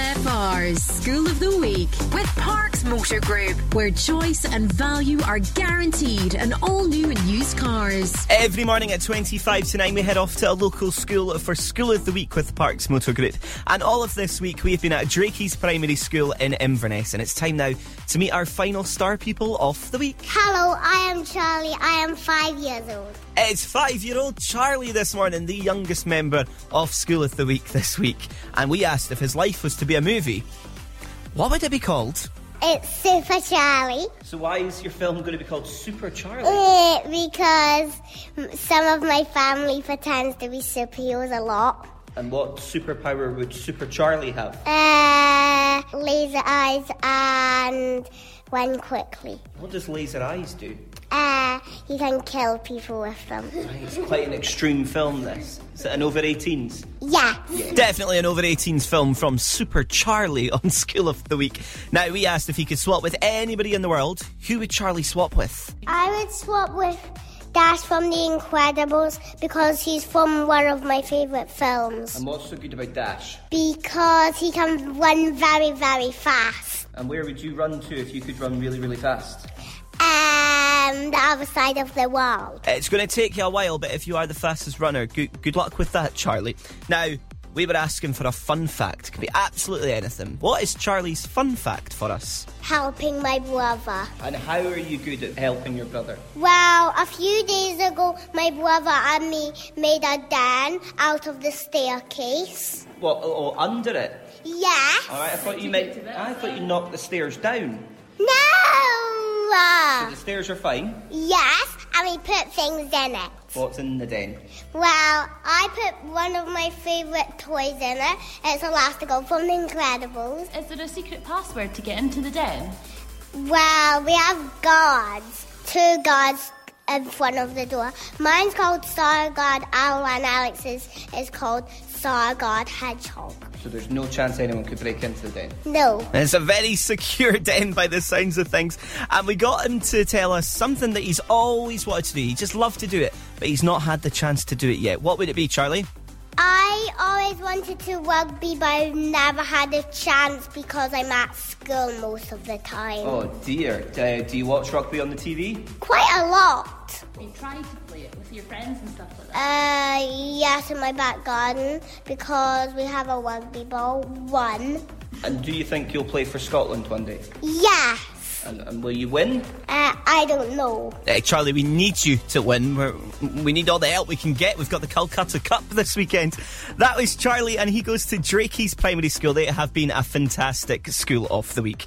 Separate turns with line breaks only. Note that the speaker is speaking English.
MFR's School of the Week with Parks Motor Group, where choice and value are guaranteed in all new and used cars.
Every morning at 25 to 9, we head off to a local school for School of the Week with Parks Motor Group. And all of this week, we've been at Drakey's Primary School in Inverness, and it's time now to meet our final star people of the week.
Hello, I am Charlie. I am five years old.
It's five year old Charlie this morning, the youngest member of School of the Week this week. And we asked if his life was to be a movie, what would it be called?
It's Super Charlie.
So, why is your film going to be called Super Charlie?
Eh, because m- some of my family pretends to be superheroes a lot.
And what superpower would Super Charlie have?
Uh, laser eyes and run quickly.
What does laser eyes do?
Uh, you can kill people with them.
It's quite an extreme film, this. Is it an over 18s?
Yeah.
Definitely an over 18s film from Super Charlie on School of the Week. Now, we asked if he could swap with anybody in the world. Who would Charlie swap with?
I would swap with Dash from The Incredibles because he's from one of my favourite films.
And what's so good about Dash?
Because he can run very, very fast.
And where would you run to if you could run really, really fast?
Um, the other side of the world.
It's going to take you a while, but if you are the fastest runner, good, good luck with that, Charlie. Now, we were asking for a fun fact. It could be absolutely anything. What is Charlie's fun fact for us?
Helping my brother.
And how are you good at helping your brother?
Well, a few days ago, my brother and me made a den out of the staircase.
Well, oh, under it.
Yes.
All right, I thought you meant. I thought you knocked the stairs down.
No!
The stairs are fine.
Yes, and we put things in it.
What's in the den?
Well, I put one of my favourite toys in it. It's Elastigo from The Incredibles.
Is there a secret password to get into the den?
Well, we have guards. Two guards in front of the door. Mine's called Star Guard Owl and Alex's is called Star Guard Hedgehog.
So there's no chance anyone could break into the den.
No.
It's a very secure den by the sounds of things. And we got him to tell us something that he's always wanted to do. He just loved to do it, but he's not had the chance to do it yet. What would it be, Charlie?
I always wanted to rugby, but I've never had a chance because I'm at school most of the time.
Oh dear. Uh, do you watch rugby on the TV?
Quite a lot.
Have you tried to play it with your friends and stuff like that?
Uh, yes, in my back garden because we have a rugby ball. One.
And do you think you'll play for Scotland one day?
Yes.
And, and will you win?
Uh, I don't know.
Uh, Charlie, we need you to win. We're, we need all the help we can get. We've got the Calcutta Cup this weekend. That was Charlie, and he goes to Drakey's Primary School. They have been a fantastic school of the week.